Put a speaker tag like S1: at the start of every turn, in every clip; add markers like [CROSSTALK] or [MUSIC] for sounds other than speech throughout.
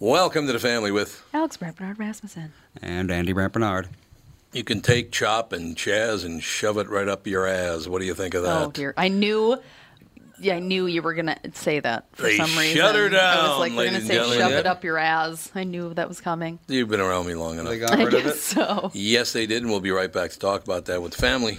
S1: Welcome to the family with.
S2: Alex Brampernard Rasmussen.
S3: And Andy Brampernard.
S1: You can take chop and chaz and shove it right up your ass. What do you think of that?
S2: Oh dear, I knew. Yeah, I knew you were gonna say that for
S1: They
S2: some reason.
S1: shut her
S2: I
S1: down,
S2: was like,
S1: ladies
S2: gonna
S1: and
S2: say,
S1: gentlemen.
S2: shove
S1: Yeah.
S2: it up your ass. I knew that was coming. [LAUGHS]
S1: You've been around me long enough.
S3: They got
S2: I
S3: rid of
S2: guess
S3: it.
S2: so.
S1: Yes, they did, and we'll be right back to talk about that with the family.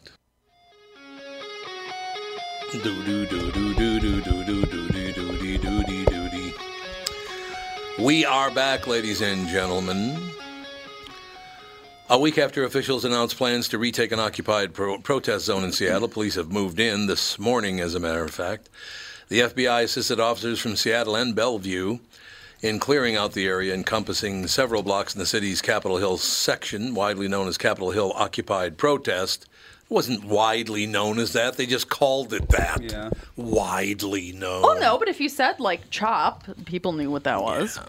S1: Do do do do do do do do do do do do do do do do. We are back, ladies and gentlemen. A week after officials announced plans to retake an occupied pro- protest zone in Seattle, police have moved in this morning, as a matter of fact. The FBI assisted officers from Seattle and Bellevue in clearing out the area encompassing several blocks in the city's Capitol Hill section, widely known as Capitol Hill Occupied Protest. It wasn't widely known as that, they just called it that.
S3: Yeah.
S1: Widely known.
S2: Oh no, but if you said like chop, people knew what that was.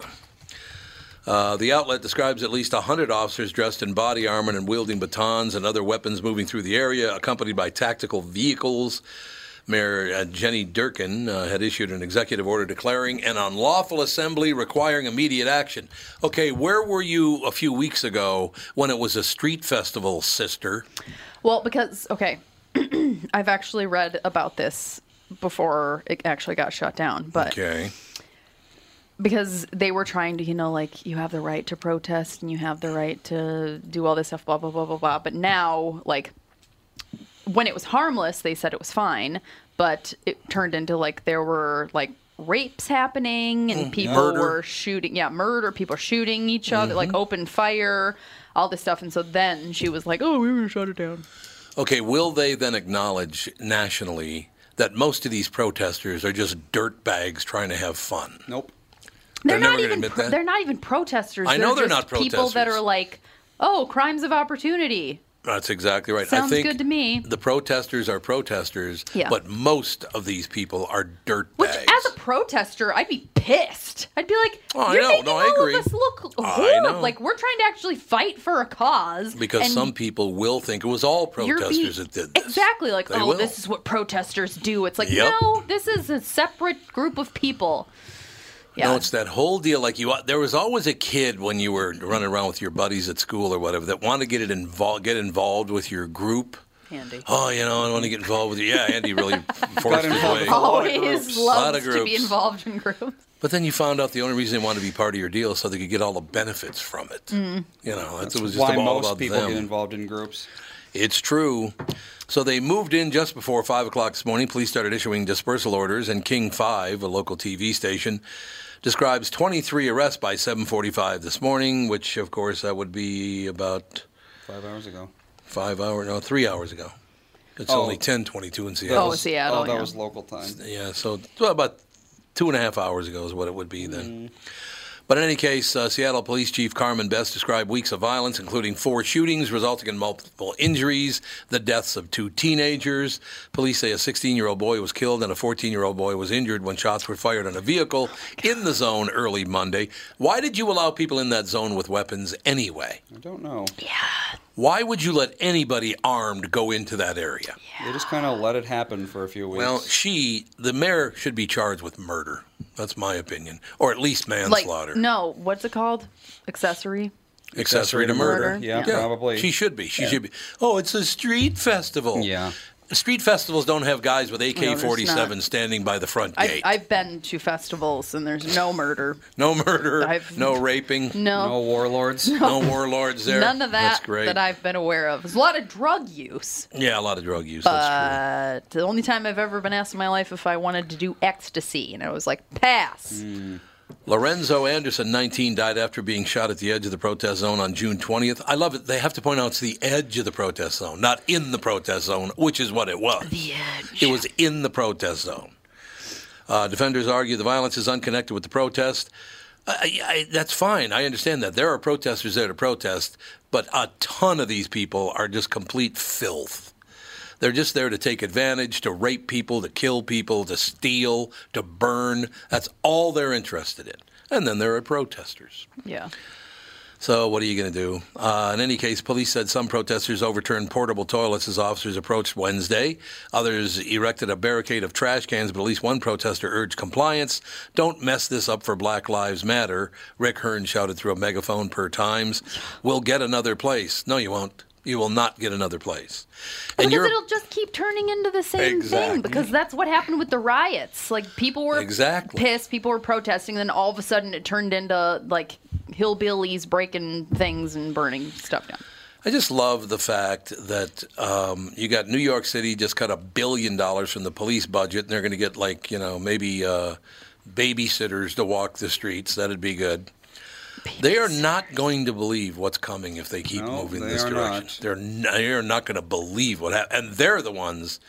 S1: Uh, the outlet describes at least 100 officers dressed in body armor and wielding batons and other weapons moving through the area, accompanied by tactical vehicles. Mayor uh, Jenny Durkin uh, had issued an executive order declaring an unlawful assembly requiring immediate action. Okay, where were you a few weeks ago when it was a street festival, sister?
S2: Well, because okay, [CLEARS THROAT] I've actually read about this before it actually got shut down, but
S1: Okay.
S2: because they were trying to, you know, like you have the right to protest and you have the right to do all this stuff, blah blah blah blah blah. But now, like when it was harmless, they said it was fine, but it turned into like there were like rapes happening and people
S1: Mm, Murder. Mm-hmm.
S2: were shooting, yeah, murder, people shooting each other, like open fire, all this stuff. And so then she was like, "Oh, we were gonna shut it down."
S1: Okay, will they then acknowledge nationally that most of these protesters are just dirtbags trying to have fun?
S3: Nope.
S1: They're
S2: They're, not
S1: never gonna
S2: even
S1: admit
S2: pro-
S1: that.
S2: they're not even protesters.
S1: I know they're
S2: just
S1: not
S2: People that
S1: protesters.
S2: are like, "Oh, crimes of opportunity."
S1: That's exactly right. I
S2: Sounds
S1: think
S2: good to me.
S1: The protesters are protesters,
S2: Yeah.
S1: but most of these people are dirt
S2: Which,
S1: bags.
S2: as a protester, I'd be pissed. I'd be like,
S1: Oh, I
S2: "You're
S1: know.
S2: making
S1: No, I
S2: all
S1: agree.
S2: of us look
S1: I know.
S2: horrible. Like we're trying to actually fight for a cause."
S1: because
S2: and
S1: some people will think it was all
S2: you're be-
S1: protesters that did this.
S2: Exactly. Like,
S1: They
S2: oh,
S1: will.
S2: this is what protesters do. It's like,
S1: Yep.
S2: no, this is a separate group of people. Yeah.
S1: No, it's that whole deal. Like you, there was always a kid when you were running around with your buddies at school or whatever that wanted to get it involved, get involved with your group.
S2: Andy.
S1: Oh, you know, I want to get involved with you. Yeah, Andy
S2: [LAUGHS]
S1: really forced
S3: Got
S1: his
S3: involved
S1: way.
S3: with
S2: Oh.
S3: all- lot of
S2: Always
S3: groups.
S1: Lot of
S2: loves to be
S1: groups.
S2: involved in groups.
S1: But then you found out the only reason they wanted to be part of your deal is so they could get all the benefits from it.
S2: Mm.
S1: You know, that's, it was just
S3: Why
S1: all
S3: most
S1: about
S3: people
S1: them.
S3: get involved in groups.
S1: It's true. So they moved in just before 5 o'clock this morning. Police started issuing dispersal orders, and King 5, a local TV station, describes 23 arrests by 7.45 this morning, which, of course, that would be about
S3: Five hours ago.
S1: five hours, no, three hours ago. It's
S3: Oh.
S1: only 10.22 in
S3: That
S1: Seattle.
S2: Oh, Seattle,
S3: Oh, that
S2: yeah.
S3: was local time.
S1: Yeah, so well, about two and a half hours ago is what it would be then. But in any case, uh, Seattle Police Chief Carmen Best described weeks of violence, including four shootings resulting in multiple injuries, the deaths of two teenagers. Police say a 16 year old boy was killed and a 14 year old boy was injured when shots were fired on a vehicle in the zone early Monday. Why did you allow people in that zone with weapons anyway?
S3: I don't know.
S1: Why would you let anybody armed go into that area?
S3: They just kind of let it happen for a few weeks.
S1: Well, she, the mayor, should be charged with murder. That's my opinion, or at least
S2: Like
S1: manslaughter.
S2: no, what's it called? Accessory.
S1: accessory to
S2: murder.
S1: murder.
S3: Yeah,
S2: Yeah.
S3: probably.
S1: She should be. She should be. Oh, it's a street festival.
S3: Yeah.
S1: Street festivals don't have guys with AK-47
S2: not.
S1: standing by the front
S2: I've,
S1: gate.
S2: I've been to festivals and there's no murder.
S1: no murder,
S2: I've-
S1: no raping,
S2: No,
S3: no warlords.
S1: no warlords there.
S2: none of
S1: That's
S2: that
S1: great.
S2: that I've been aware of. There's a lot of drug use.
S1: yeah, a lot of drug use. That's
S2: But the only time I've ever been asked in my life if I wanted to do ecstasy, and I was like, pass.
S1: Mm. true. Lorenzo Anderson, 19, died after being shot at the edge of the protest zone on June 20th. I love it. They have to point out it's the edge of the protest zone, not in the protest zone, which is what it was. It was in the protest zone. Uh, defenders argue the violence is unconnected with the protest. I, I, that's fine. I understand that. There are protesters there to protest, but a ton of these people are just complete filth. They're just there to take advantage, to rape people, to kill people, to steal, to burn. That's all they're interested in. And then there are protesters.
S2: Yeah.
S1: So what are you going to do? Uh, in any case, police said some protesters overturned portable toilets as officers approached Wednesday. Others erected a barricade of trash cans, but at least one protester urged compliance. Don't mess this up for Black Lives Matter. Rick Hearn shouted through a megaphone per Times. We'll get another place. No, you won't. You will not get another place. And
S2: Because
S1: you're
S2: it'll just keep turning into the same
S1: Exactly.
S2: thing. Because that's what happened with the riots. Like people were
S1: Exactly.
S2: pissed, people were protesting, and then all of a sudden it turned into like hillbillies breaking things and burning stuff down.
S1: I just love the fact that um, you got New York City just cut a billion dollars from the police budget, and they're going to get like you know maybe uh, babysitters to walk the streets. That'd be good. They are not going to believe what's coming if they keep
S3: No,
S1: moving
S3: they
S1: this
S3: are
S1: direction.
S3: not.
S1: They're n- they're not going to believe what happened, and they're the ones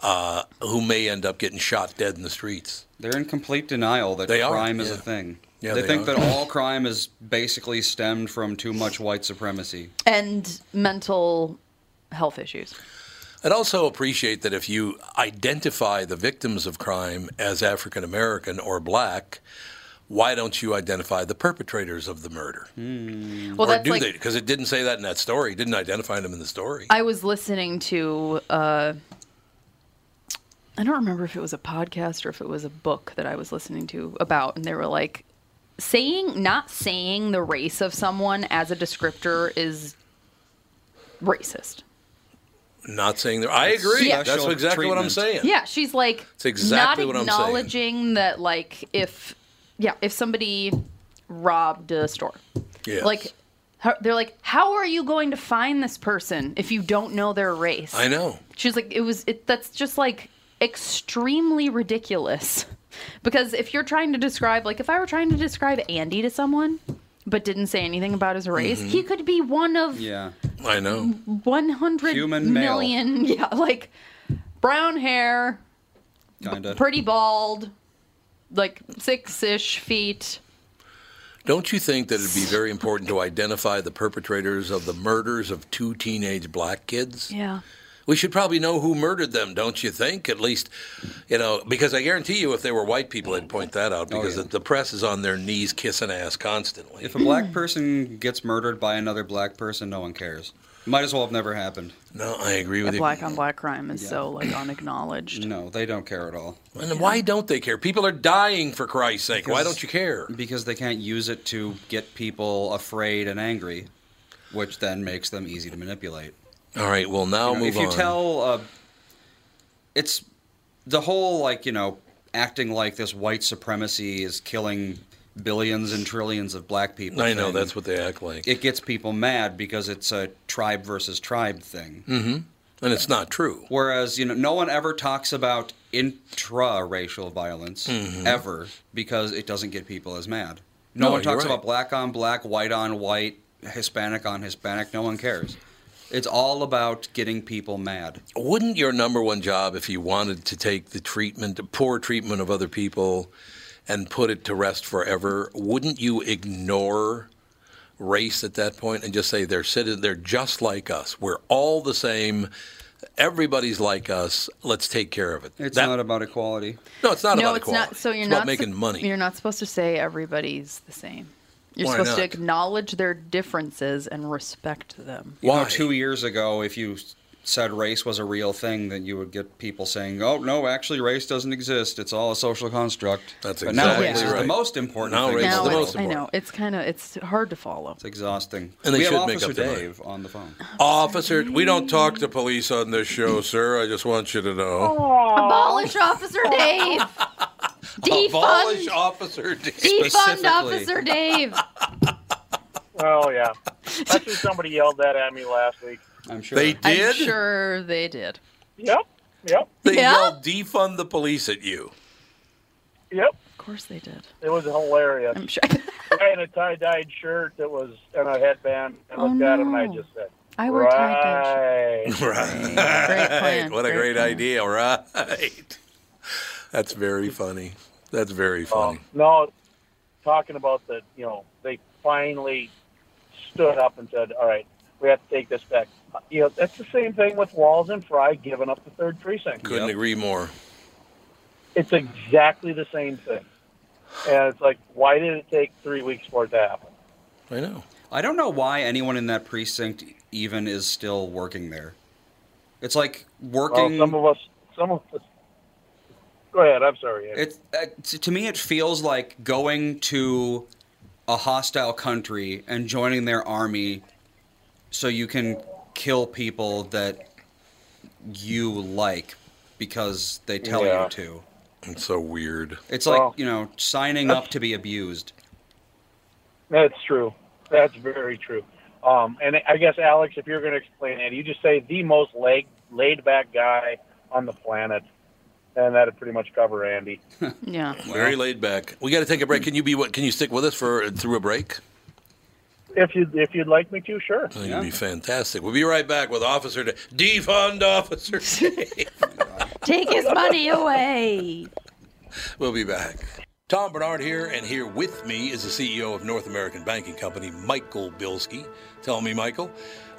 S1: uh, who may end up getting shot dead in the streets.
S3: They're in complete denial that
S1: They are,
S3: crime is
S1: yeah.
S3: a thing.
S1: Yeah,
S3: they,
S1: they
S3: think
S1: are.
S3: that all crime is basically stemmed from too much white supremacy.
S2: And mental health issues.
S1: I'd also appreciate that if you identify the victims of crime as African American or black, why don't you identify the perpetrators of the murder?
S2: Well,
S1: Mm. Or
S2: that's
S1: do
S2: like
S1: they? Because it didn't say that in that story. It didn't identify them in the story.
S2: I was listening to. Uh, I don't remember if it was a podcast or if it was a book that I was listening to about, and they were like, saying not saying the race of someone as a descriptor is racist.
S1: Not saying that. I agree.
S2: Yeah.
S1: That's
S3: Special
S1: exactly what I'm
S3: treatment.
S1: saying.
S2: Yeah, she's like
S1: exactly
S2: not
S1: what I'm saying.
S2: acknowledging that like if yeah, if somebody robbed a store.
S1: Yes.
S2: Like how, they're like how are you going to find this person if you don't know their race?
S1: I know.
S2: She's like, it was. It, that's just like extremely ridiculous. Because if you're trying to describe, like, if I were trying to describe Andy to someone, but didn't say anything about his race, he could be one of
S3: Mm-hmm. Yeah.
S1: I know.
S2: one hundred
S3: Human male.
S2: million. [LAUGHS] Yeah, like brown hair,
S3: Kinda.
S2: pretty bald, like six ish feet.
S1: Don't you think that it'd be very important to identify the perpetrators of the murders of two teenage black kids?
S2: Yeah.
S1: We should probably know who murdered them, don't you think? At least, you know, because I guarantee you, if they were white people, they'd point that out because
S3: Oh, yeah.
S1: the, the press is on their knees kissing ass constantly.
S3: If a black person gets murdered by another black person, no one cares. Might as well have never happened.
S1: no, I agree with you.
S2: Black on black crime is so like unacknowledged.
S3: No, they don't care at all
S1: And then why don't they care? People are dying for Christ's sake. Why
S3: Because-
S1: don't you care?
S3: because they can't use it to get people afraid and angry, which then makes them easy to manipulate.
S1: All right, well now
S3: You know,
S1: move
S3: if you
S1: on.
S3: tell, uh, it's the whole like you know acting like this white supremacy is killing billions and trillions of black people.
S1: I know
S3: thing,
S1: that's what they act like,
S3: it gets people mad because it's a tribe versus tribe thing.
S1: and it's not true.
S3: Whereas you know no one ever talks about intra-racial violence ever because it doesn't get people as mad. No,
S1: Mm-hmm. No,
S3: one
S1: you're
S3: talks
S1: right.
S3: about black on black, white on white, Hispanic on Hispanic. No one cares. It's all about getting people mad.
S1: Wouldn't your number one job, if you wanted to take the treatment, the poor treatment of other people, and put it to rest forever, wouldn't you ignore race at that point and just say they're citi- they're just like us. We're all the same. Everybody's like us. Let's take care of it.
S3: It's
S1: That-
S3: not about equality.
S1: no, it's not
S2: no,
S1: about
S2: it's
S1: equality.
S2: not. So you're
S1: it's
S2: not
S1: about making
S2: sup-
S1: money.
S2: You're not supposed to say everybody's the same. You're
S1: Why
S2: supposed to
S1: not?
S2: acknowledge their differences and respect them.
S3: You know,
S1: Why?
S3: two years ago, if you s- said race was a real thing, then you would get people saying, "Oh no, actually, race doesn't exist. It's all a social construct."
S1: That's
S3: but now
S2: exactly
S3: race is
S1: right.
S3: the most important.
S1: Now
S3: thing
S1: race
S3: in
S1: is
S3: the
S1: the
S2: Now
S3: world.
S1: most
S2: it's, I know it's kind of it's hard to follow.
S3: It's exhausting.
S1: And they
S3: we have
S1: should make
S3: Officer
S1: up their mind.
S3: Dave on the phone.
S1: Officer, we don't talk to police on this
S2: [LAUGHS]
S1: show, sir. I just want you to
S2: Oh.
S1: know.
S2: Abolish [LAUGHS] Officer Dave.
S1: Abolish
S2: Defund.
S1: Officer D.
S2: Defund
S3: specifically.
S2: Officer Dave.
S4: Oh yeah, actually somebody yelled that at me last week.
S3: I'm sure.
S1: [LAUGHS] They
S2: I'm
S1: did?
S2: sure they did.
S4: Yep, yep,
S1: They
S2: Yeah?
S1: yelled defund the police at you.
S4: yep.
S2: Of course they did.
S4: It was hilarious.
S2: I'm sure. [LAUGHS]
S4: I had a tie-dyed shirt that was and a headband, and
S2: Oh,
S4: looked at him and I
S2: no.
S4: just said,
S2: I were tied.
S1: [LAUGHS]
S4: "Right."
S1: Right.
S2: Great plan.
S1: What a great
S2: plan.
S1: idea, right? That's very funny. That's very funny.
S4: Um, no, talking about the you know they finally stood up and said, "All right, we have to take this back." You know that's the same thing with Walls and Fry giving up the third precinct.
S1: Couldn't
S3: Yep.
S1: agree more.
S4: It's exactly the same thing, and it's like, why did it take three weeks for it to happen?
S1: I know.
S3: I don't know why anyone in that precinct even is still working there. It's like
S4: Well,
S3: working.
S4: Oh, some of us, some of us. Go ahead. I'm sorry. Andy.
S3: It uh, t- to me, it feels like going to a hostile country and joining their army, so you can kill people that you like because they tell
S4: Yeah.
S3: you to.
S1: It's so weird.
S3: It's like
S4: Well,
S3: you know signing up to be abused.
S4: That's true. That's very true. Um, and I guess Alex, if you're going to explain it, you just say the most laid laid back guy on the planet, and that'd pretty much cover Andy.
S2: Yeah.
S1: Very laid back. We got to take a break. Can you be what? Can you stick with us for through a break?
S4: If you if you'd like me to, sure.
S1: I think it'd be fantastic. We'll be right back with Officer Da- Defund Officer. Dave.
S2: Take his money away.
S1: we'll be back. Tom Bernard here, and here with me is the CEO of North American Banking Company, Michael Bilski. Tell me, Michael,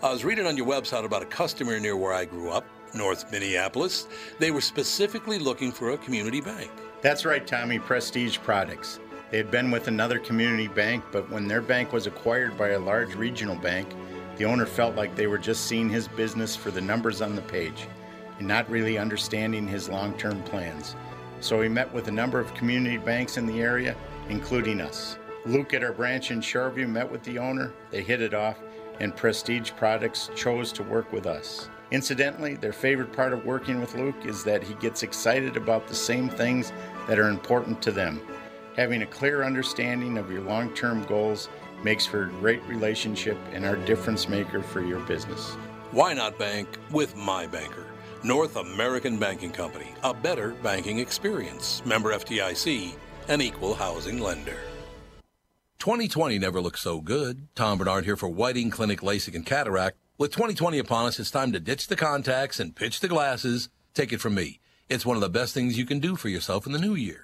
S1: I was reading on your website about a customer near where I grew up, North Minneapolis. They were specifically looking for a community bank.
S5: That's right, Tommy, Prestige Products. They had been with another community bank, but when their bank was acquired by a large regional bank, the owner felt like they were just seeing his business for the numbers on the page and not really understanding his long term plans. So he met with a number of community banks in the area, including us. Luke at our branch in Shoreview met with the owner, they hit it off, and Prestige Products chose to work with us. Incidentally, their favorite part of working with Luke is that he gets excited about the same things that are important to them. Having a clear understanding of your long term goals makes for a great relationship and are a difference maker for your business.
S1: Why not bank with my banker? North American Banking Company, a better banking experience. Member FDIC, an equal housing lender. 2020 never looked so good. Tom Bernard here for Whiting Clinic LASIK and Cataract. With 2020 upon us, it's time to ditch the contacts and pitch the glasses. Take it from me. It's one of the best things you can do for yourself in the new year.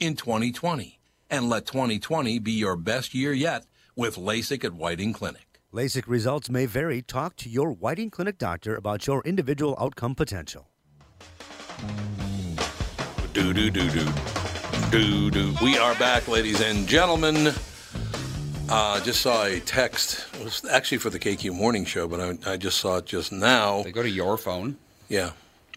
S1: in 2020 and let 2020 be your best year yet with LASIK at Whiting Clinic.
S6: LASIK results may vary. Talk to your Whiting Clinic doctor about your individual outcome potential.
S1: Do do do do do do. We are back, ladies and gentlemen. Uh, just saw a text. It was actually for the KQ Morning Show, but I, I just saw it just now.
S3: They go to your phone.
S1: Yeah.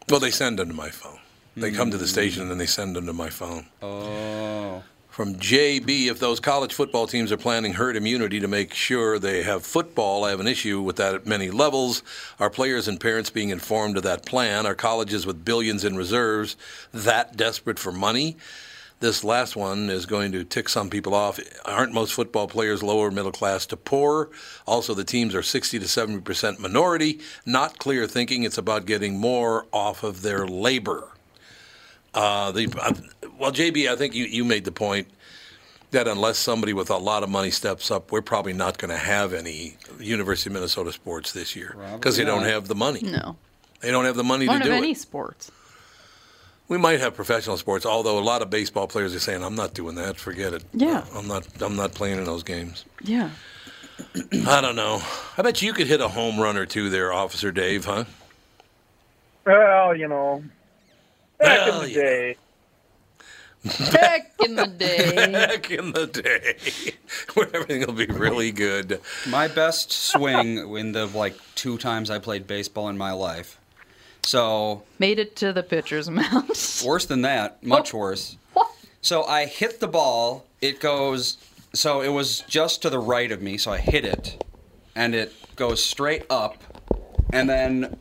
S1: Well, they send them to my phone. They come to the station and then they send them to my phone.
S3: Oh,
S1: From JB, if those college football teams are planning herd immunity to make sure they have football, I have an issue with that at many levels. Are players and parents being informed of that plan? Are colleges with billions in reserves that desperate for money? This last one is going to tick some people off. Aren't most football players lower middle class to poor? Also, the teams are 60 to 70% minority, not clear thinking. It's about getting more off of their labor. Uh, the, uh, well, JB, I think you, you made the point that unless somebody with a lot of money steps up, we're probably not going to have any University of Minnesota sports this year because they don't
S3: not.
S1: have the money.
S2: No.
S1: They don't have the money
S2: One
S1: to
S2: of
S1: do
S2: any
S1: it.
S2: sports.
S1: We might have professional sports, although a lot of baseball players are saying, "I'm not doing that. Forget it.
S2: Yeah.
S1: I'm not. I'm not playing in those games."
S2: Yeah.
S1: I don't know. I bet you could hit a home run or two there, Officer Dave, huh?
S4: Well, you know, back
S1: Well,
S4: in the
S1: yeah.
S4: day,
S2: Back in the
S1: [LAUGHS]
S2: day.
S1: Back in the day, [LAUGHS] where everything will be really good.
S3: My best swing in the like two times I played baseball in my life. So
S2: Made it to the pitcher's mound.
S3: worse than that, much worse.
S2: What?
S3: So I hit the ball. It goes. So it was just to the right of me. So I hit it, and it goes straight up, and then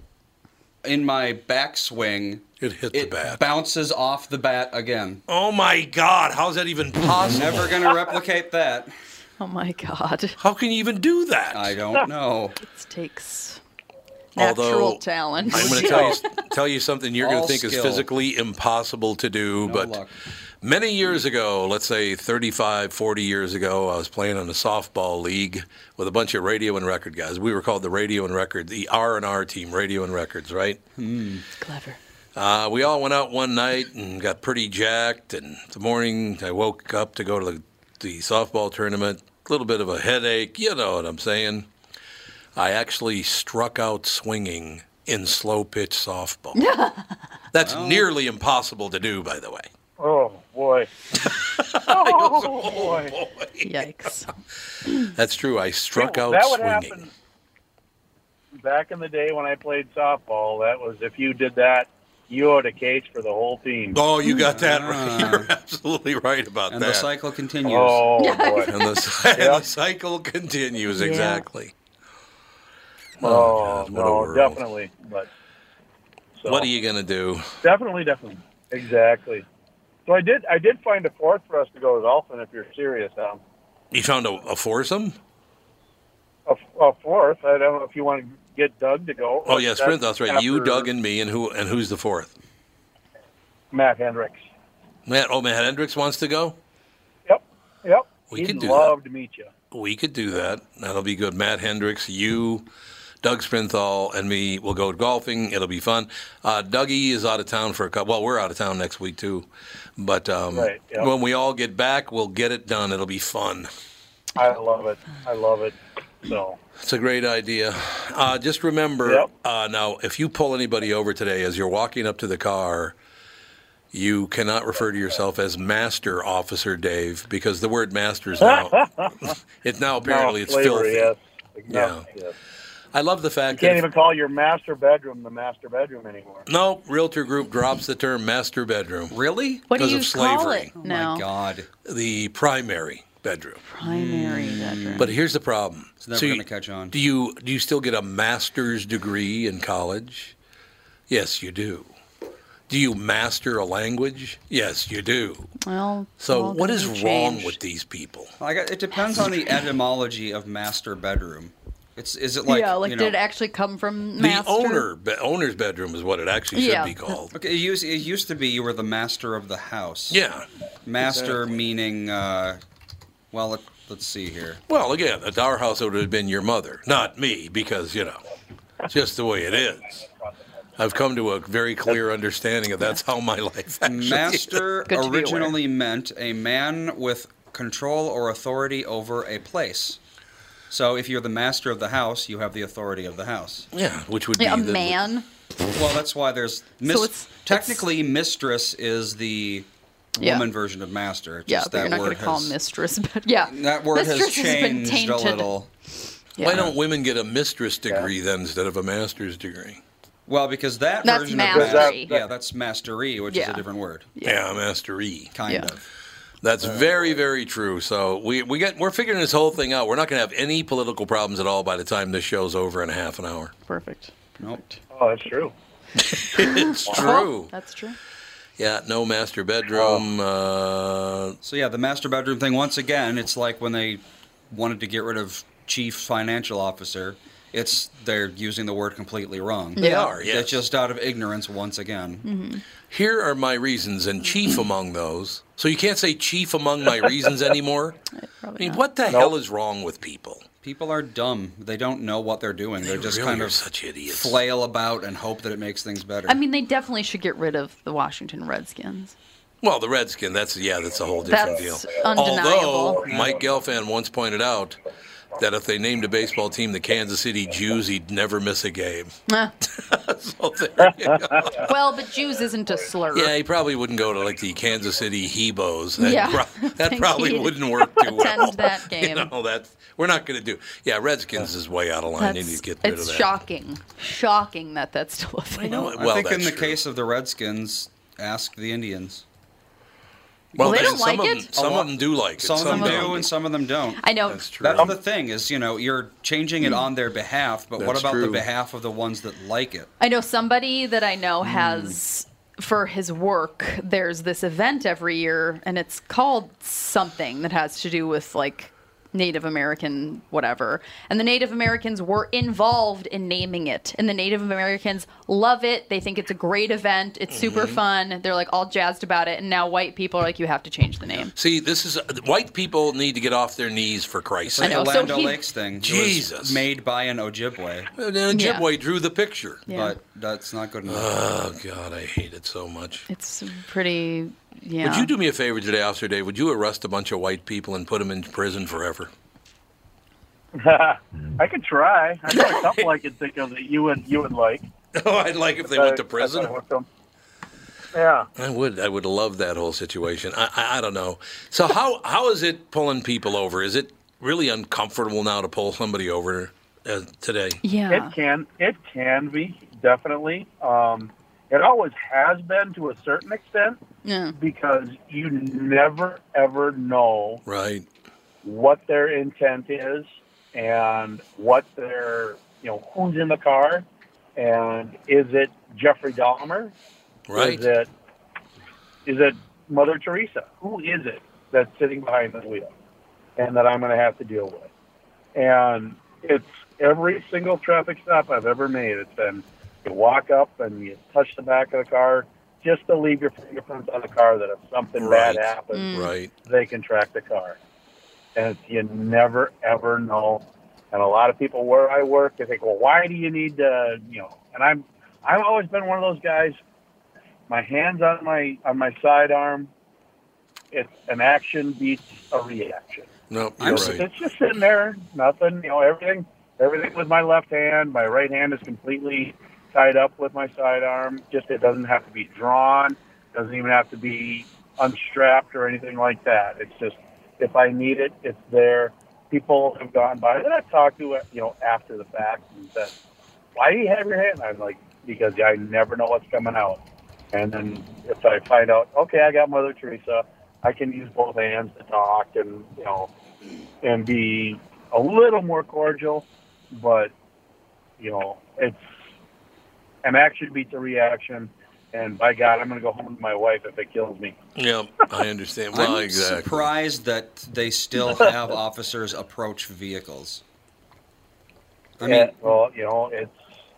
S3: in my backswing,
S1: It hit the
S3: it
S1: bat.
S3: bounces off the bat again.
S1: [LAUGHS] oh my God! How's that even possible?
S3: Never gonna replicate that.
S2: [LAUGHS] Oh my God.
S1: How can you even do that?
S3: I don't know.
S2: It takes natural
S1: Although,
S2: talent.
S1: I'm going to
S3: [LAUGHS]
S1: tell you tell you something you're going
S3: All
S1: to think is
S3: skill.
S1: physically impossible to do, but
S3: luck.
S1: many years ago, let's say 35, 40 years ago, I was playing in a softball league with a bunch of radio and record guys. We were called the Radio and Record, the R&R team, Radio and Records, right?
S2: [LAUGHS] Clever.
S1: Uh, we all went out one night and got pretty jacked. And the morning I woke up to go to the, the softball tournament. A little bit of a headache, you know what I'm saying. I actually struck out swinging in slow pitch softball. That's nearly impossible to do, by the way.
S4: oh boy, oh boy.
S1: [LAUGHS]
S2: Yikes.
S1: That's true. I struck
S4: Yeah,
S1: out
S4: that would
S1: swinging.
S4: happen back in the day when I played softball. That was if you did that, you owed a case for the whole team.
S1: Oh, you got that right. [LAUGHS]
S3: Ah.
S1: You're absolutely right about
S3: And
S1: that.
S3: the cycle continues.
S4: Oh boy!
S1: and the, cy- and the cycle continues
S2: Yeah.
S1: exactly.
S4: Oh,
S1: Oh, God, what a
S4: no,
S1: world.
S4: definitely. But so,
S1: What are you gonna do?
S4: Definitely, definitely, exactly. So I did. I did find a fourth for us to go golfing. If you're serious, Tom.
S1: You found a, a foursome?
S4: A, a fourth. I don't know if you want to get Doug to go.
S1: Oh yeah, sprint. That's right. You,
S4: after
S1: Doug, and me, and who? And who's the fourth?
S4: Matt Hendricks.
S1: Matt. Oh, Matt Hendricks wants to go.
S4: Yep, yep.
S1: We
S4: He'd
S1: could do
S4: love to meet you.
S1: We could do that. That'll be good. Matt Hendricks, you, Doug Sprinthal, and me will go golfing. It'll be fun. Uh, Dougie is out of town for a couple. Well, we're out of town next week too. But um,
S4: Right, yeah.
S1: when we all get back, we'll get it done. It'll be fun.
S4: I love it. I love it. So
S1: It's a great idea. Uh, just remember
S4: Yep.
S1: uh, now, if you pull anybody over today as you're walking up to the car, you cannot refer to yourself as Master Officer Dave because the word master is
S4: [LAUGHS]
S1: now, [LAUGHS] it's now apparently
S4: no,
S1: it's
S4: flavor,
S1: filthy.
S4: Yes. Exactly,
S1: Yeah.
S4: yes.
S1: I love the fact
S4: Can't
S1: that
S4: even call your master bedroom the master bedroom anymore.
S1: no Realtor Group drops the term master bedroom,
S3: Really?
S2: What do
S1: Because
S2: you
S1: of
S2: call
S1: slavery.
S2: it
S1: Oh
S3: Oh
S2: now?
S3: my God!
S1: the primary bedroom.
S2: Primary bedroom.
S1: Hmm. But here's the problem.
S3: It's never
S1: So you-
S3: gonna catch on.
S1: Do you do you still get a master's degree in college? Yes, you do. Do you master a language? Yes, you do.
S2: well,
S1: So
S2: well,
S1: what
S2: can
S1: is
S2: you
S1: wrong
S2: change?
S1: with these people?
S3: Like it depends on the etymology of master bedroom. It's is it like
S2: yeah, like
S3: you know,
S2: did it actually come from
S1: The
S2: master?
S1: owner be, owner's bedroom is what it actually should
S2: Yeah.
S1: be
S2: [LAUGHS]
S1: called.
S3: Okay, it used, it used to be you were the master of the house.
S1: Yeah.
S3: Master meaning, uh, well, let, let's see
S1: [LAUGHS]
S3: here.
S1: Well, again, at our house it would have been your mother, not me, because you know, it's just the way it is. I've come to a very clear understanding of that's how my life actually
S3: Master
S2: Good to be aware.
S3: originally meant a man with control or authority over a place. So if you're the master of the house, you have the authority of the house.
S1: Yeah, which would
S2: Yeah, a
S1: be the,
S2: man.
S3: Well, that's why there's mis-
S2: it's-
S3: technically mistress is the
S2: Yeah.
S3: woman version of master. Just
S2: Yeah, but
S3: that
S2: you're not
S3: word
S2: going to call
S3: has-
S2: mistress, [LAUGHS] but yeah,
S3: That word
S2: mistress
S3: has changed
S2: been
S3: a
S2: tainted.
S3: little.
S2: Yeah.
S1: Why don't women get a mistress degree then instead of a master's degree?
S3: Well, because that
S2: That's
S3: version
S2: mastery.
S3: of mas- yeah, that's mastery, which is
S2: Yeah.
S3: a different word,
S1: Yeah, mastery.
S3: kind
S2: Yeah.
S3: of.
S1: That's very, very true. So we we get we're figuring this whole thing out. We're not going to have any political problems at all by the time this show's over in half an hour.
S2: Perfect.
S3: Nope.
S4: Oh, that's true.
S1: It's true.
S2: That's true.
S1: Yeah, no master bedroom. Uh,
S3: So yeah, the master bedroom thing. Once again, it's like when they wanted to get rid of chief financial officer. It's they're using the word completely wrong.
S1: They are, yes.
S3: It's just out of ignorance once again.
S2: Mm-hmm.
S1: here are my reasons, and chief among those. So you can't say chief among my reasons anymore. I
S2: [LAUGHS] Probably
S1: mean,
S2: not.
S1: what the hell is wrong with people?
S3: People are dumb. They don't know what they're doing. They are just
S1: really
S3: kind
S1: are
S3: of
S1: such idiots.
S3: flail about and hope that it makes things better.
S2: I mean, they definitely should get rid of the Washington Redskins.
S1: Well, the Redskin, that's yeah, that's a whole different
S2: That's
S1: deal. Although
S2: undeniable.
S1: Mike Gelfand once pointed out that if they named a baseball team the Kansas City Jews, he'd never miss a
S2: [LAUGHS]
S1: game.
S2: Ah.
S1: so [LAUGHS] there you go.
S2: well, but Jews isn't a slur.
S1: Yeah, he probably wouldn't go to like the Kansas City Hebos. That,
S2: Yeah. [LAUGHS]
S1: pro- that
S2: Think
S1: probably
S2: he'd
S1: wouldn't work too well.
S2: attend
S1: [LAUGHS]
S2: that
S1: You
S2: game.
S1: know, that's we're not going to do. Yeah, Redskins is way out of line.
S2: That's,
S1: They need to get rid
S2: it's
S1: of that.
S2: shocking. Shocking that that's still a thing.
S1: know it.
S3: I
S1: well,
S3: think in
S1: that's
S3: the
S1: true.
S3: case of the Redskins, ask the Indians.
S1: Well,
S2: They
S1: then
S2: don't
S1: some
S2: like
S1: of
S2: it?
S1: them, some of them do like it.
S3: Some, of them
S1: don't.
S3: do, and some of them don't.
S2: I know. Hmm.
S1: That's true.
S3: That's the thing is, you know, you're changing it on their behalf, but what
S1: That's
S3: about
S1: true.
S3: the behalf of the ones that like it?
S2: I know somebody that I
S1: Hmm.
S2: know has for his work. There's this event every year, and it's called something that has to do with like Native American whatever. And the Native Americans were involved in naming it, and the Native Americans love it. They think it's a great event. It's super
S1: Mm-hmm.
S2: fun. They're like all jazzed about it. And now white people are like, you have to change the name.
S1: See, this is white people need to get off their knees for Christ's
S3: It's
S1: sake.
S3: like
S2: know,
S3: the
S2: so
S3: Land O'
S2: he-
S3: Lakes thing. It was
S1: Jesus.
S3: made by an Ojibwe,
S1: And then
S2: Yeah.
S1: Ojibwe drew the picture.
S2: Yeah.
S3: but that's not good enough.
S1: Oh God, I hate it so much.
S2: It's pretty. Yeah.
S1: Would you do me a favor today, Officer Dave? Would you arrest a bunch of white people and put them in prison forever?
S4: [LAUGHS] I could try. I got a couple I could think of that you would you would like.
S1: [LAUGHS] Oh, I'd like if they went to
S4: Uh,
S1: prison.
S4: I thought it was- Yeah.
S1: I would. I would love that whole situation. I, I, I don't know. So how how is it pulling people over? Is it really uncomfortable now to pull somebody over uh, today?
S2: Yeah.
S4: It can it can be definitely. Um, it always has been to a certain extent
S2: Yeah.
S4: because you never ever know
S1: Right.
S4: what their intent is and what their you know who's in the car and is it Jeffrey Dahmer?
S1: Right.
S4: Is it is it Mother Teresa? Who is it that's sitting behind the wheel and that I'm going to have to deal with? And it's every single traffic stop I've ever made. It's been you walk up and you touch the back of the car just to leave your fingerprints on the car that if something bad
S1: Right.
S4: happens,
S1: Right.
S4: they can track the car. And you never ever know. And a lot of people where I work, they think, well, why do you need to, you know? And I'm, I've always been one of those guys. My hands on my on my sidearm. It's an action beats a reaction.
S1: No. You're
S3: I'm
S1: right.
S4: It's just sitting there, nothing. You know, everything, everything with my left hand. My right hand is completely tied up with my sidearm. Just it doesn't have to be drawn. Doesn't even have to be unstrapped or anything like that. It's just if I need it, it's there. People have gone by that I've talked to, you know, after the fact and said, "Why do you have your hand?" I'm like, "Because I never know what's coming out." And then if I find out, okay, I got Mother Teresa, I can use both hands to talk and you know and be a little more cordial, but you know, it's an action beats a reaction. And by God, I'm going to go home to my wife if it kills me.
S1: Yeah. I understand. Well,
S3: I'm
S1: exactly.
S3: surprised that
S2: [LAUGHS]
S3: they still have officers approach vehicles. I mean,
S4: yeah, well, you know, it's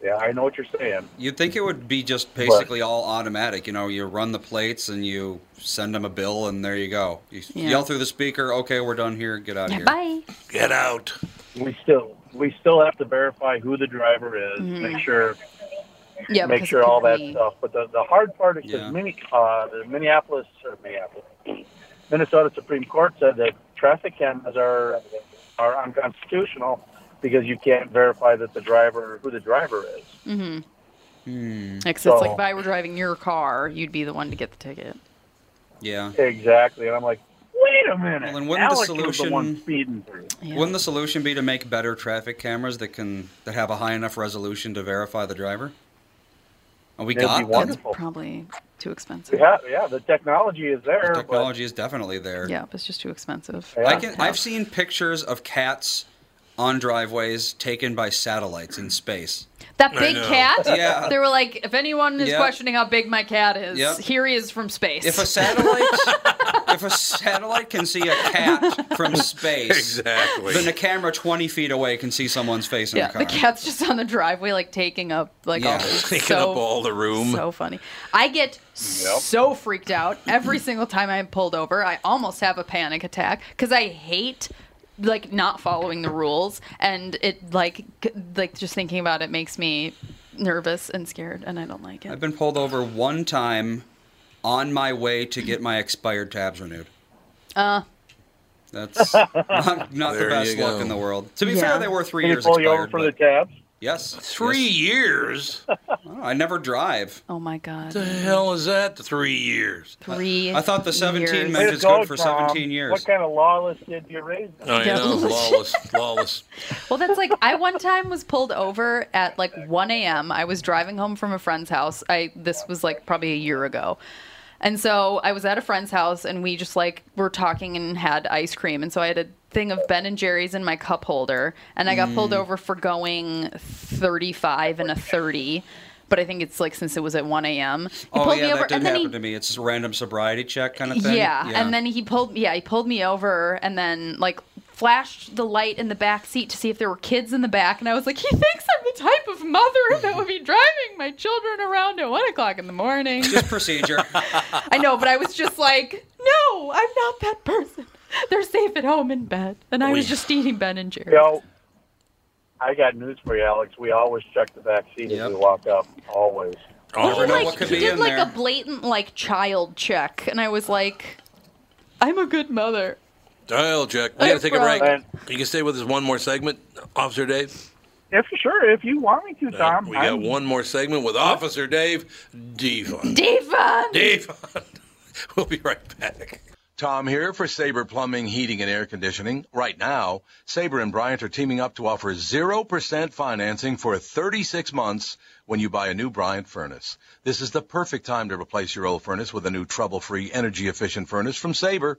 S4: yeah, I know what you're saying.
S3: you'd think it would be just basically all automatic. You know, you run the plates and you send them a bill, and there you go. You
S2: Yeah.
S3: yell through the speaker, okay, we're done here, get out of here.
S2: Bye.
S1: Get out.
S4: We still we still have to verify who the driver is,
S3: Mm-hmm.
S4: make sure
S2: Yeah.
S4: make
S2: because
S4: sure all that
S2: people-
S4: stuff. But the, the hard part is
S3: Yeah.
S4: because mini, uh, the Minneapolis or Minneapolis, Minnesota Supreme Court said that traffic cameras are are unconstitutional because you can't verify that the driver who the driver is.
S3: Mm-hmm.
S2: Like, 'cause it's like
S4: So-
S2: if I were driving your car, you'd be the one to get the ticket.
S3: Yeah.
S4: Exactly, and I'm like, wait a minute.
S3: Well, then wouldn't the
S4: Alex was the one
S3: solution-
S4: speeding through.
S2: Yeah.
S3: Wouldn't the solution be to make better traffic cameras that can that have a high enough resolution to verify the driver? And we
S4: That'd be
S3: got that.
S4: wonderful.
S2: Probably too expensive.
S4: Yeah, yeah, the technology is there. but-
S3: Technology is definitely there.
S2: Yeah, it's just too expensive.
S4: Yeah.
S3: I can. I've seen pictures of cats on driveways taken by satellites in space.
S2: That
S1: I
S2: big
S1: know.
S2: cat.
S3: [LAUGHS] Yeah.
S2: They were like, if anyone is
S3: Yep.
S2: questioning how big my cat is,
S3: Yep.
S2: here he is from space.
S3: If
S2: [LAUGHS]
S3: a satellite, if a satellite can see a cat from
S4: [LAUGHS]
S3: space,
S1: Exactly.
S3: then a camera twenty feet away can see someone's face in [LAUGHS]
S2: yeah,
S3: a car.
S2: the cat's just on the driveway, like taking up like
S3: Yeah.
S2: all
S1: [LAUGHS]
S2: this.
S1: Taking
S2: so,
S1: up all the room.
S2: So funny. I get so freaked out every single time I'm pulled over. I almost have a panic attack because I hate like not following the rules, and it like g- like just thinking about it makes me nervous and scared, and I don't like it.
S3: I've been pulled over one time on my way to get my expired tabs renewed.
S2: Uh,
S3: That's [LAUGHS] not, not the
S1: There
S3: best
S1: you
S3: luck
S1: go.
S3: in the world. To be
S2: Yeah.
S3: fair, they were three
S4: Can you
S3: years
S4: pull
S3: expired.
S4: you over for the
S3: but-
S4: tabs?
S3: yes,
S1: Three
S3: yes.
S1: years? What
S3: [LAUGHS] Oh, I never drive.
S2: oh my god.
S1: the hell is that? Three years?
S2: Three.
S3: I thought the 17
S2: years.
S3: meant-
S4: Way to
S3: It's
S4: go,
S3: good for
S4: Tom.
S3: 17 years.
S4: What kind of lawless kid you raise?
S1: I
S2: Yeah.
S1: know, lawless, lawless.
S2: Well, that's like I one time was pulled over at like 1 a.m. I was driving home from a friend's house. I this was like probably a year ago. And so I was at a friend's house and we just like were talking and had ice cream. And so I had a thing of Ben and Jerry's in my cup holder and I got pulled
S3: Mm.
S2: over for going 35 and a 30. But I think it's like since it was at 1 a.m. He
S3: oh
S2: pulled
S3: yeah,
S2: me over
S3: that did
S2: and then
S3: happen
S2: he
S3: to me. It's just a random sobriety check kind of thing.
S2: yeah. and then he pulled. Yeah, he pulled me over, and then like flashed the light in the back seat to see if there were kids in the back. And I was like, he thinks I'm the type of mother that would be driving my children around at one o'clock in the morning.
S3: [LAUGHS] just procedure.
S2: I know, but I was just like, no, I'm not that person. They're safe at home in bed, and I was
S1: Oy.
S2: just eating Ben and Jerry's.
S4: You know, I got news for you, Alex. We always check the back seat
S3: Yep.
S4: as we walk up. Always.
S1: Oh,
S2: Well, he
S3: know
S2: like,
S3: what could
S2: he
S3: be
S2: did
S3: in
S2: like
S3: there.
S2: a blatant like child check, and I was like, I'm a good mother.
S1: Dial, Jack. We got to take a break.
S4: Right.
S1: You can stay with us one more segment, Officer Dave.
S4: If sure, if you want me to,
S1: Uh,
S4: Tom.
S1: we got
S4: I'm-
S1: one more segment with Officer Dave Devon.
S2: Devon.
S1: Dave, [LAUGHS] we'll be right back.
S7: Tom here for Sabre Plumbing, Heating, and Air Conditioning. Right now, Sabre and Bryant are teaming up to offer 0% financing for 36 months when you buy a new Bryant furnace. This is the perfect time to replace your old furnace with a new trouble-free, energy-efficient furnace from Sabre.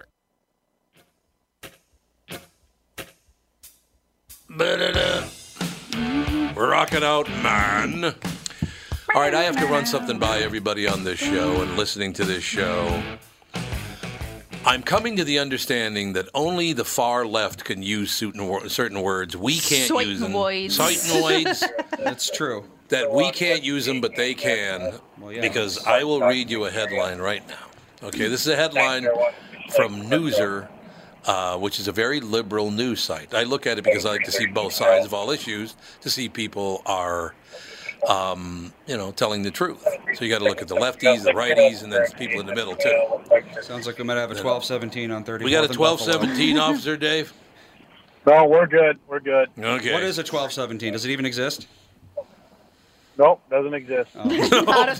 S1: Ba-da-da. We're rocking out, man. All right, I have to run something by everybody on this show and listening to this show. I'm coming to the understanding that only the far left can use certain, wor- certain words. We can't use them.
S2: Soitenoids.
S1: Soitenoids.
S3: That's true.
S1: that we can't use them, but they can.
S3: Well, yeah.
S1: Because I will read you a headline right now. Okay, this is a headline from Newser, uh, which is a very liberal news site. I look at it because I like to see both sides of all issues to see people are, um, you know, telling the truth. So you got to look at the lefties, the righties, and then people in the middle too.
S3: Sounds like we might have a 12-17 on 30.
S1: We got a twelve seventeen officer, Dave.
S4: No, we're good. We're good.
S1: Okay.
S3: What is a 12-17? Does it even exist?
S4: Nope, doesn't exist.
S2: Not a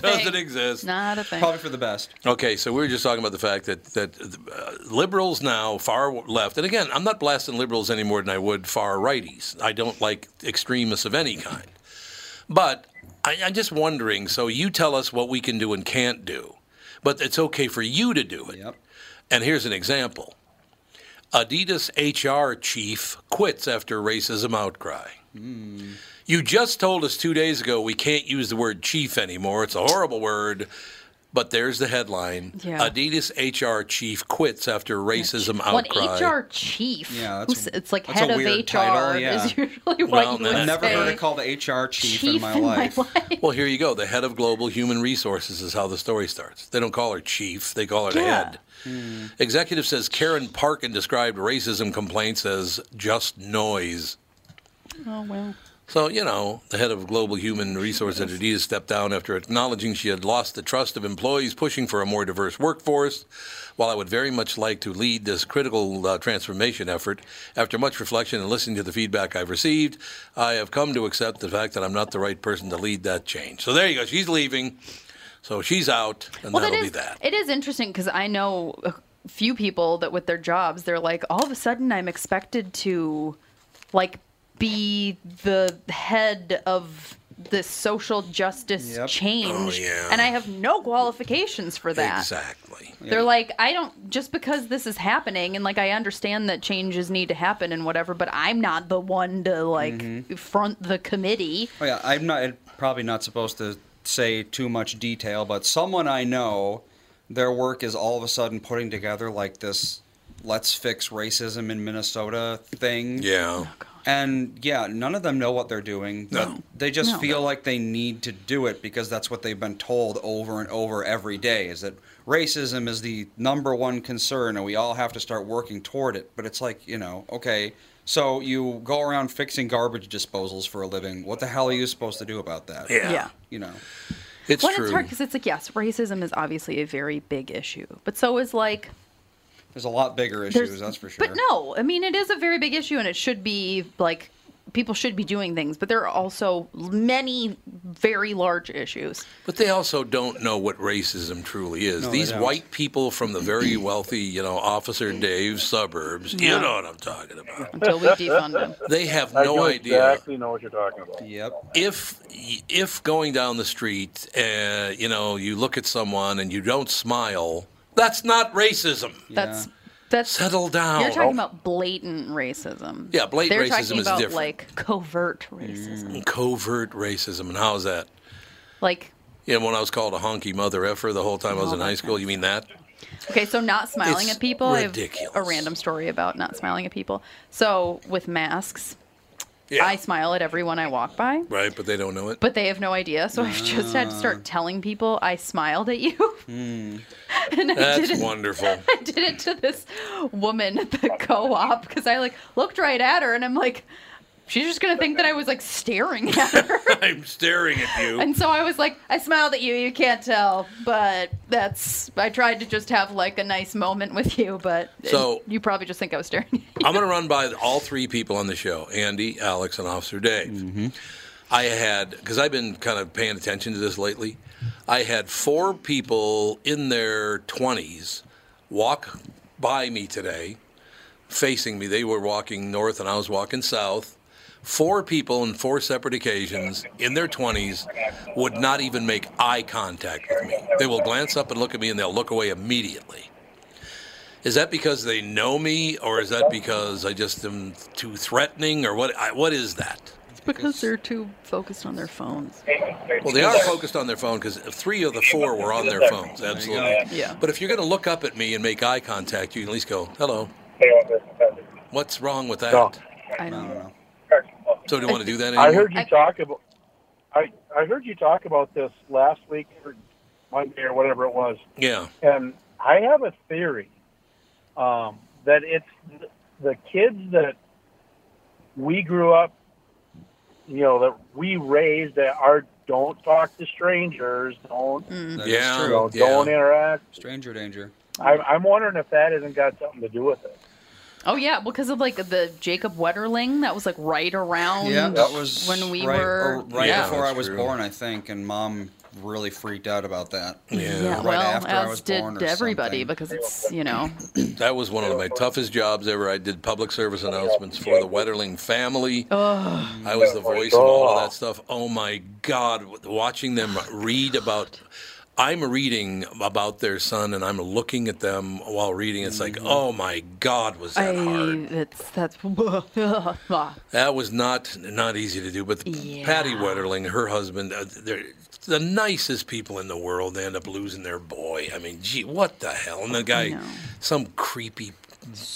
S1: Doesn't
S2: thing.
S1: exist.
S2: Not a thing.
S3: Probably for the best.
S1: Okay, so we were just talking about the fact that that uh, liberals now far left, and again, I'm not blasting liberals any more than I would far righties. I don't like extremists of any kind, but I, I'm just wondering. So you tell us what we can do and can't do, but it's okay for you to do it.
S3: Yep.
S1: And here's an example: Adidas HR chief quits after racism outcry.
S2: Hmm.
S1: You just told us two days ago we can't use the word chief anymore. It's a horrible word. But there's the headline
S2: Yeah.
S1: Adidas HR chief quits after racism
S2: Well, an
S1: outcry.
S2: HR chief.
S3: Yeah, that's-
S2: who's- it's like
S3: that's
S2: head
S3: a
S2: of
S3: weird
S2: HR
S3: title, yeah.
S2: is usually
S1: Well,
S2: what you
S1: then
S2: would
S1: that's
S2: say.
S3: Never
S1: Hey.
S3: heard it called the HR chief, in, my,
S2: [LAUGHS]
S3: life.
S1: Well, here you go. The head of global human resources is how the story starts. They don't call her chief, they call her the
S2: Yeah.
S1: head. Executive says Karen Parkin described racism complaints as just noise.
S2: Oh well.
S1: So, you know, the head of Global Human Resource at Adidas stepped down after acknowledging she had lost the trust of employees pushing for a more diverse workforce. While I would very much like to lead this critical uh, transformation effort, after much reflection and listening to the feedback I've received, I have come to accept the fact that I'm not the right person to lead that change. So there you go. She's leaving. So she's out, and
S2: Well, that
S1: that'll
S2: is
S1: be that.
S2: it is interesting because I know a few people that with their jobs they're like all of a sudden I'm expected to like be the head of this social justice
S3: Yep.
S2: change
S1: Oh, yeah.
S2: and I have no qualifications for that.
S1: Exactly.
S2: They're like, I don't just because this is happening, and like I understand that changes need to happen and whatever, but I'm not the one to like
S3: Mm-hmm.
S2: front the committee.
S3: Oh yeah, I'm not probably not supposed to say too much detail, but someone I know, their work is all of a sudden putting together like this "Let's fix racism in Minnesota" thing.
S1: Yeah.
S3: And yeah, none of them know what they're doing. But
S1: No.
S3: They just
S2: No.
S3: feel like they need to do it because that's what they've been told over and over every day is that racism is the number one concern and we all have to start working toward it. But it's like, you know, okay, so you go around fixing garbage disposals for a living. What the hell are you supposed to do about that?
S1: Yeah.
S2: Yeah.
S3: You know,
S1: It's
S2: Well,
S1: true.
S2: it's hard because it's like, yes, racism is obviously a very big issue, but so is like,
S3: there's a lot bigger issues,
S2: there's,
S3: that's for sure.
S2: But no, I mean, it is a very big issue, and it should be like people should be doing things, but there are also many very large issues.
S1: But they also don't know what racism truly is.
S3: No, they
S1: These
S3: don't.
S1: white people from the very wealthy, you know, Officer Dave suburbs, you
S2: Yeah.
S1: know what I'm talking about. [LAUGHS]
S2: Until we defund them,
S1: They have
S4: I
S1: no
S4: do
S1: idea.
S4: exactly know what you're talking about.
S3: Yep.
S1: If if going down the street, uh, you know, you look at someone and you don't smile, that's not racism.
S2: that's that's
S1: Settle down.
S2: You're talking about blatant racism.
S1: Oh, Yeah, blatant
S2: They're
S1: racism
S2: talking
S1: is
S2: about
S1: different. Mm.
S2: like covert racism.
S1: Covert racism, and how's that?
S2: Like
S1: You know, when I was called a honky mother effer the whole time I was in high school, you mean that?
S2: okay, so not smiling
S1: It's
S2: at people. I have
S1: ridiculous.
S2: a random story about not smiling at people. So with masks,
S1: Yeah.
S2: I smile at everyone I walk by.
S1: right, but they don't know it.
S2: But they have no idea, so I've just had to
S1: Mm.
S2: start telling people I smiled at you. [LAUGHS] and I
S1: That's
S2: did, it,
S1: wonderful. [LAUGHS]
S2: [LAUGHS] I did it to this woman at the co-op because I like looked right at her and I'm like, she's just gonna think that I was like staring at her.
S1: I'm staring at you.
S2: And so I was like, I smiled at you. You can't tell, but that's. I tried to just have like a nice moment with you, but
S1: So-
S2: you probably just think I was staring. at you.
S1: I'm going to run by all three people on the show Andy, Alex, and Officer Dave. I had, because I've been kind of paying attention to this lately, I had four people in their 20s walk by me today, facing me. They were walking north and I was walking south. Four people on four separate occasions in their 20s would not even make eye contact with me. They will glance up and look at me and they'll look away immediately. Is that because they know me, or is that because I just am too threatening, or what? I, what is that?
S2: It's because they're too focused on their phones.
S1: Well, they are focused on their phone because three of the four were on their phones, absolutely.
S2: Yeah.
S1: But if you're going to look up at me and make eye contact, you can at least go, "Hello." What's wrong with that?
S4: No.
S2: I
S3: I
S2: don't.
S3: don't know.
S1: So do you want to do that? Anymore?
S4: I heard you
S2: I-
S4: talk about. I I heard you talk about this last week or Monday or whatever it was,
S1: Yeah.
S4: and I have a theory um, that it's th- the kids that we grew up, you know, that we raised that are don't talk to strangers, don't
S2: Mm-hmm.
S3: That is
S1: Yeah.
S4: you
S3: true.
S4: know,
S1: Yeah.
S4: don't interact.
S3: Stranger danger.
S4: I'm, I'm wondering if that hasn't got something to do with it.
S2: Oh yeah, because of like the Jacob Wetterling that was like right around.
S3: Yeah, that was
S2: when we
S3: right,
S2: were.
S3: or right
S1: Yeah,
S3: before I
S1: that's
S3: was
S1: true.
S3: born, I think, and mom really freaked out about that.
S1: Yeah.
S2: Yeah,
S3: right
S2: well,
S3: after I
S2: as
S3: was
S2: did
S3: born or
S2: everybody
S3: something.
S2: because it's you know
S1: That was one of my toughest jobs ever. I did public service announcements for the Wetterling family. I was the
S2: Oh
S1: voice of all of that stuff. Oh my God, watching them read about. I'm reading about their son and I'm looking at them while reading. It's like, oh my God, was
S2: Mm-hmm. I
S1: that hard?
S2: it's that's [LAUGHS] ah, yeah
S1: That was not not easy to do. But
S2: Yeah.
S1: Patty Wetterling, her husband, uh, they're the nicest people in the world. They end up losing their boy. I mean, gee, what the hell? And the guy,
S2: Oh, know.
S1: some creepy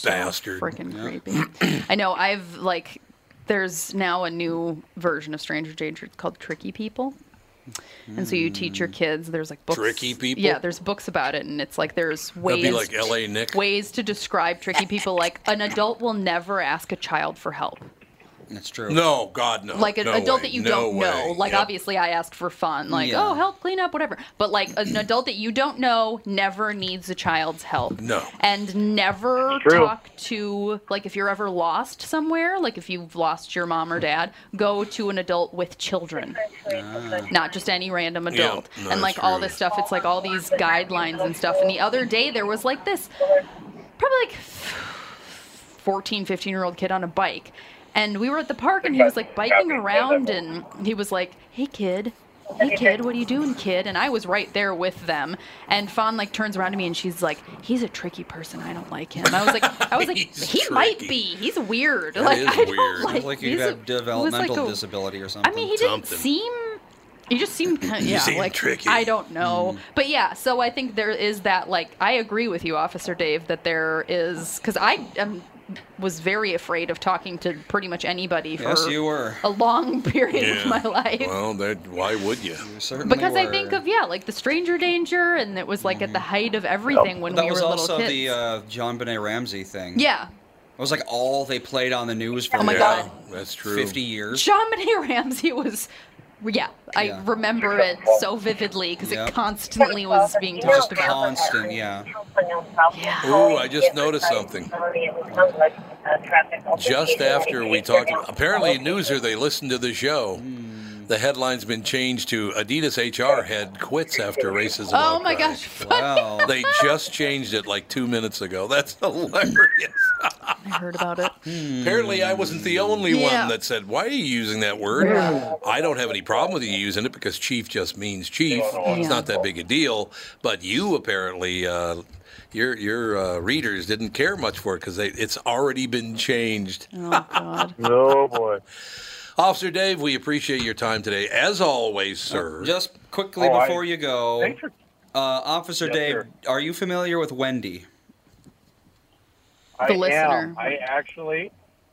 S1: bastard.
S2: freaking creepy. I know. I've like there's now a new version of Stranger Danger. It's called Tricky People. And so you teach your kids. There's like books.
S1: Tricky people?
S2: Yeah, there's books about it, and it's like there's ways.
S1: That'd be like L.A. Nick.
S2: ways to describe tricky people like an adult will never ask a child for help
S3: That's true.
S1: No, God, no.
S2: like an
S1: No
S2: adult
S1: way.
S2: that you
S1: No
S2: don't know.
S1: way.
S2: Like
S1: Yep.
S2: obviously, I asked for fun, like
S3: Yeah.
S2: oh help clean up whatever. But like
S1: [CLEARS THROAT]
S2: an adult that you don't know never needs a child's help.
S1: No.
S2: and never
S4: True.
S2: talk to like if you're ever lost somewhere, like if you've lost your mom or dad, go to an adult with children, not just any random adult.
S1: no,
S2: and like
S1: that's
S2: all
S1: true.
S2: this stuff, it's like all these guidelines and stuff. And the other day there was like this, probably like 14, 15 year old kid on a bike. And we were at the park and he was like biking around and he was like, hey kid, hey kid, what are you doing, kid? And I was right there with them. And Fawn like turns around to me and she's like, he's a tricky person. I don't like him. I was like, I was like,
S1: He's
S2: he might
S1: tricky.
S2: be. He's weird.
S1: That
S2: like,
S1: is
S2: I don't
S1: weird.
S2: like,
S3: Like you
S2: he's a-
S3: have
S2: he was
S3: developmental
S2: like a-
S3: disability or something.
S2: I mean, he didn't
S1: Something.
S2: seem. He just
S1: [LAUGHS]
S2: seemed kind of, yeah,
S1: seemed
S2: like
S1: tricky. Mm-hmm.
S2: I don't know, but yeah. So I think there is that. Like I agree with you, Officer Dave, that there is because I um, was very afraid of talking to pretty much anybody for
S3: Yes, you were.
S2: a long [LAUGHS] period of
S1: Yeah.
S2: my life.
S1: Well, that, why would you?
S2: Oh
S3: You
S2: [LAUGHS]
S3: certainly
S2: because I think
S3: were.
S2: of yeah, like the stranger danger, and it was like at the
S1: Mm-hmm.
S2: height of everything when
S3: that
S2: we
S3: was
S2: were
S3: also
S2: little kids.
S3: the uh, John Benet Ramsey thing.
S2: yeah,
S3: It was like all they played on the news for
S2: Oh my
S1: yeah,
S2: God.
S1: that's true.
S3: 50 years.
S2: John Benet [LAUGHS] Ramsey was. Yeah, I
S3: Yeah.
S2: remember it so vividly because
S3: Yep.
S2: it constantly was being
S3: It was
S2: talked about.
S3: constant, yeah.
S2: Yeah.
S1: Ooh, I just noticed something.
S8: uh,
S1: Just after we talked, apparently at Newser, they listened to the show. The headline's been changed to Adidas HR head quits after racism.
S2: Oh my
S1: outcry."
S2: gosh,
S1: [LAUGHS]
S3: Wow.
S1: They just changed it like two minutes ago. That's [LAUGHS] hilarious.
S2: I heard about it.
S1: Apparently, I wasn't the only
S2: Yeah.
S1: one that said, Why are you using that word? I don't have any problem with you using it because chief just means chief. It's
S2: Yeah.
S1: not that big a deal. But you apparently, uh, your your uh, readers didn't care much for it because it's already been changed.
S2: [LAUGHS] Oh God.
S4: Oh
S1: [LAUGHS]
S4: boy.
S1: Officer Dave, we appreciate your time today. As always, sir.
S3: Uh, Just quickly
S4: Oh, I-
S3: before you go,
S4: Thanks for-
S3: uh, Officer
S4: Yes,
S3: Dave,
S4: sir.
S3: are you familiar with Wendy?
S4: I
S2: The
S4: am.
S2: listener.
S4: I actually,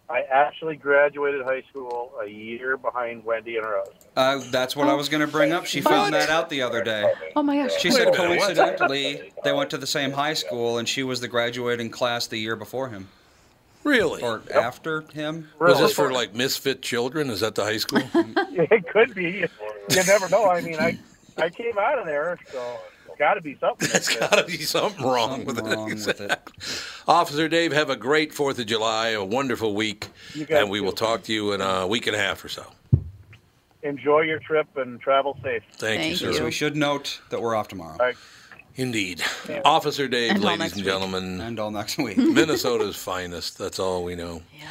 S4: I actually graduated high school a year behind Wendy and her husband.
S3: Uh, that's what I was going to bring up. She found that out the other day.
S2: Oh my gosh.
S3: She
S1: Wait a
S3: said
S1: minute, what?
S3: coincidentally they went to the same high school, and she was the graduating class the year before him
S1: really?
S3: or after him.
S1: Was this for like misfit children? Is that the high
S3: [LAUGHS]
S1: school?
S4: [LAUGHS] It could be. You never know. I mean, I, I came out of there, so it's got to be something.
S1: There's got to be something wrong with
S3: Something
S1: it. [LAUGHS]
S3: wrong with it.
S1: Exactly. Officer Dave, have a great 4th of July, a wonderful week,
S4: You guys
S1: and we will
S4: too.
S1: talk to you in a week and a half or so.
S4: Enjoy your trip and travel safe.
S1: Thank,
S2: Thank
S1: you,
S3: So
S1: sir.
S2: you.
S3: we should note that we're off tomorrow
S4: All right.
S1: Indeed. Officer Dave,
S2: Until
S1: ladies
S2: next
S1: and
S2: week.
S1: gentlemen,
S3: and all
S1: [LAUGHS]
S3: next week.
S1: Minnesota's finest. That's all we know.
S2: Yeah.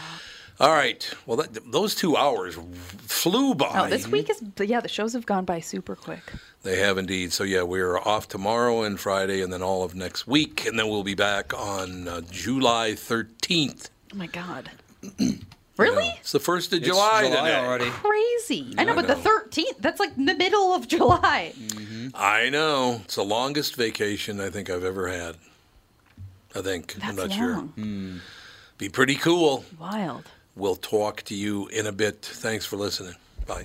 S1: All right. Well, that, those two hours flew by.
S2: Oh, this week is yeah. The shows have gone by super quick.
S1: They have indeed. So, yeah, we are off tomorrow and Friday and then all of next week. And then we'll be back on uh, July 13th.
S2: Oh my God. [CLEARS THROAT] Really?
S1: It's the 1st of
S3: It's
S1: July,
S3: July
S1: today.
S3: already.
S2: Crazy. I know,
S1: I
S2: but the
S1: know. Mm,
S2: thirteenth. That's like the middle of July.
S1: I know. It's the longest vacation I think I've ever had. I think.
S2: That's
S1: I'm not sure.
S2: long.
S1: Be pretty cool.
S2: Wild.
S1: We'll talk to you in a bit. Thanks for listening. Bye.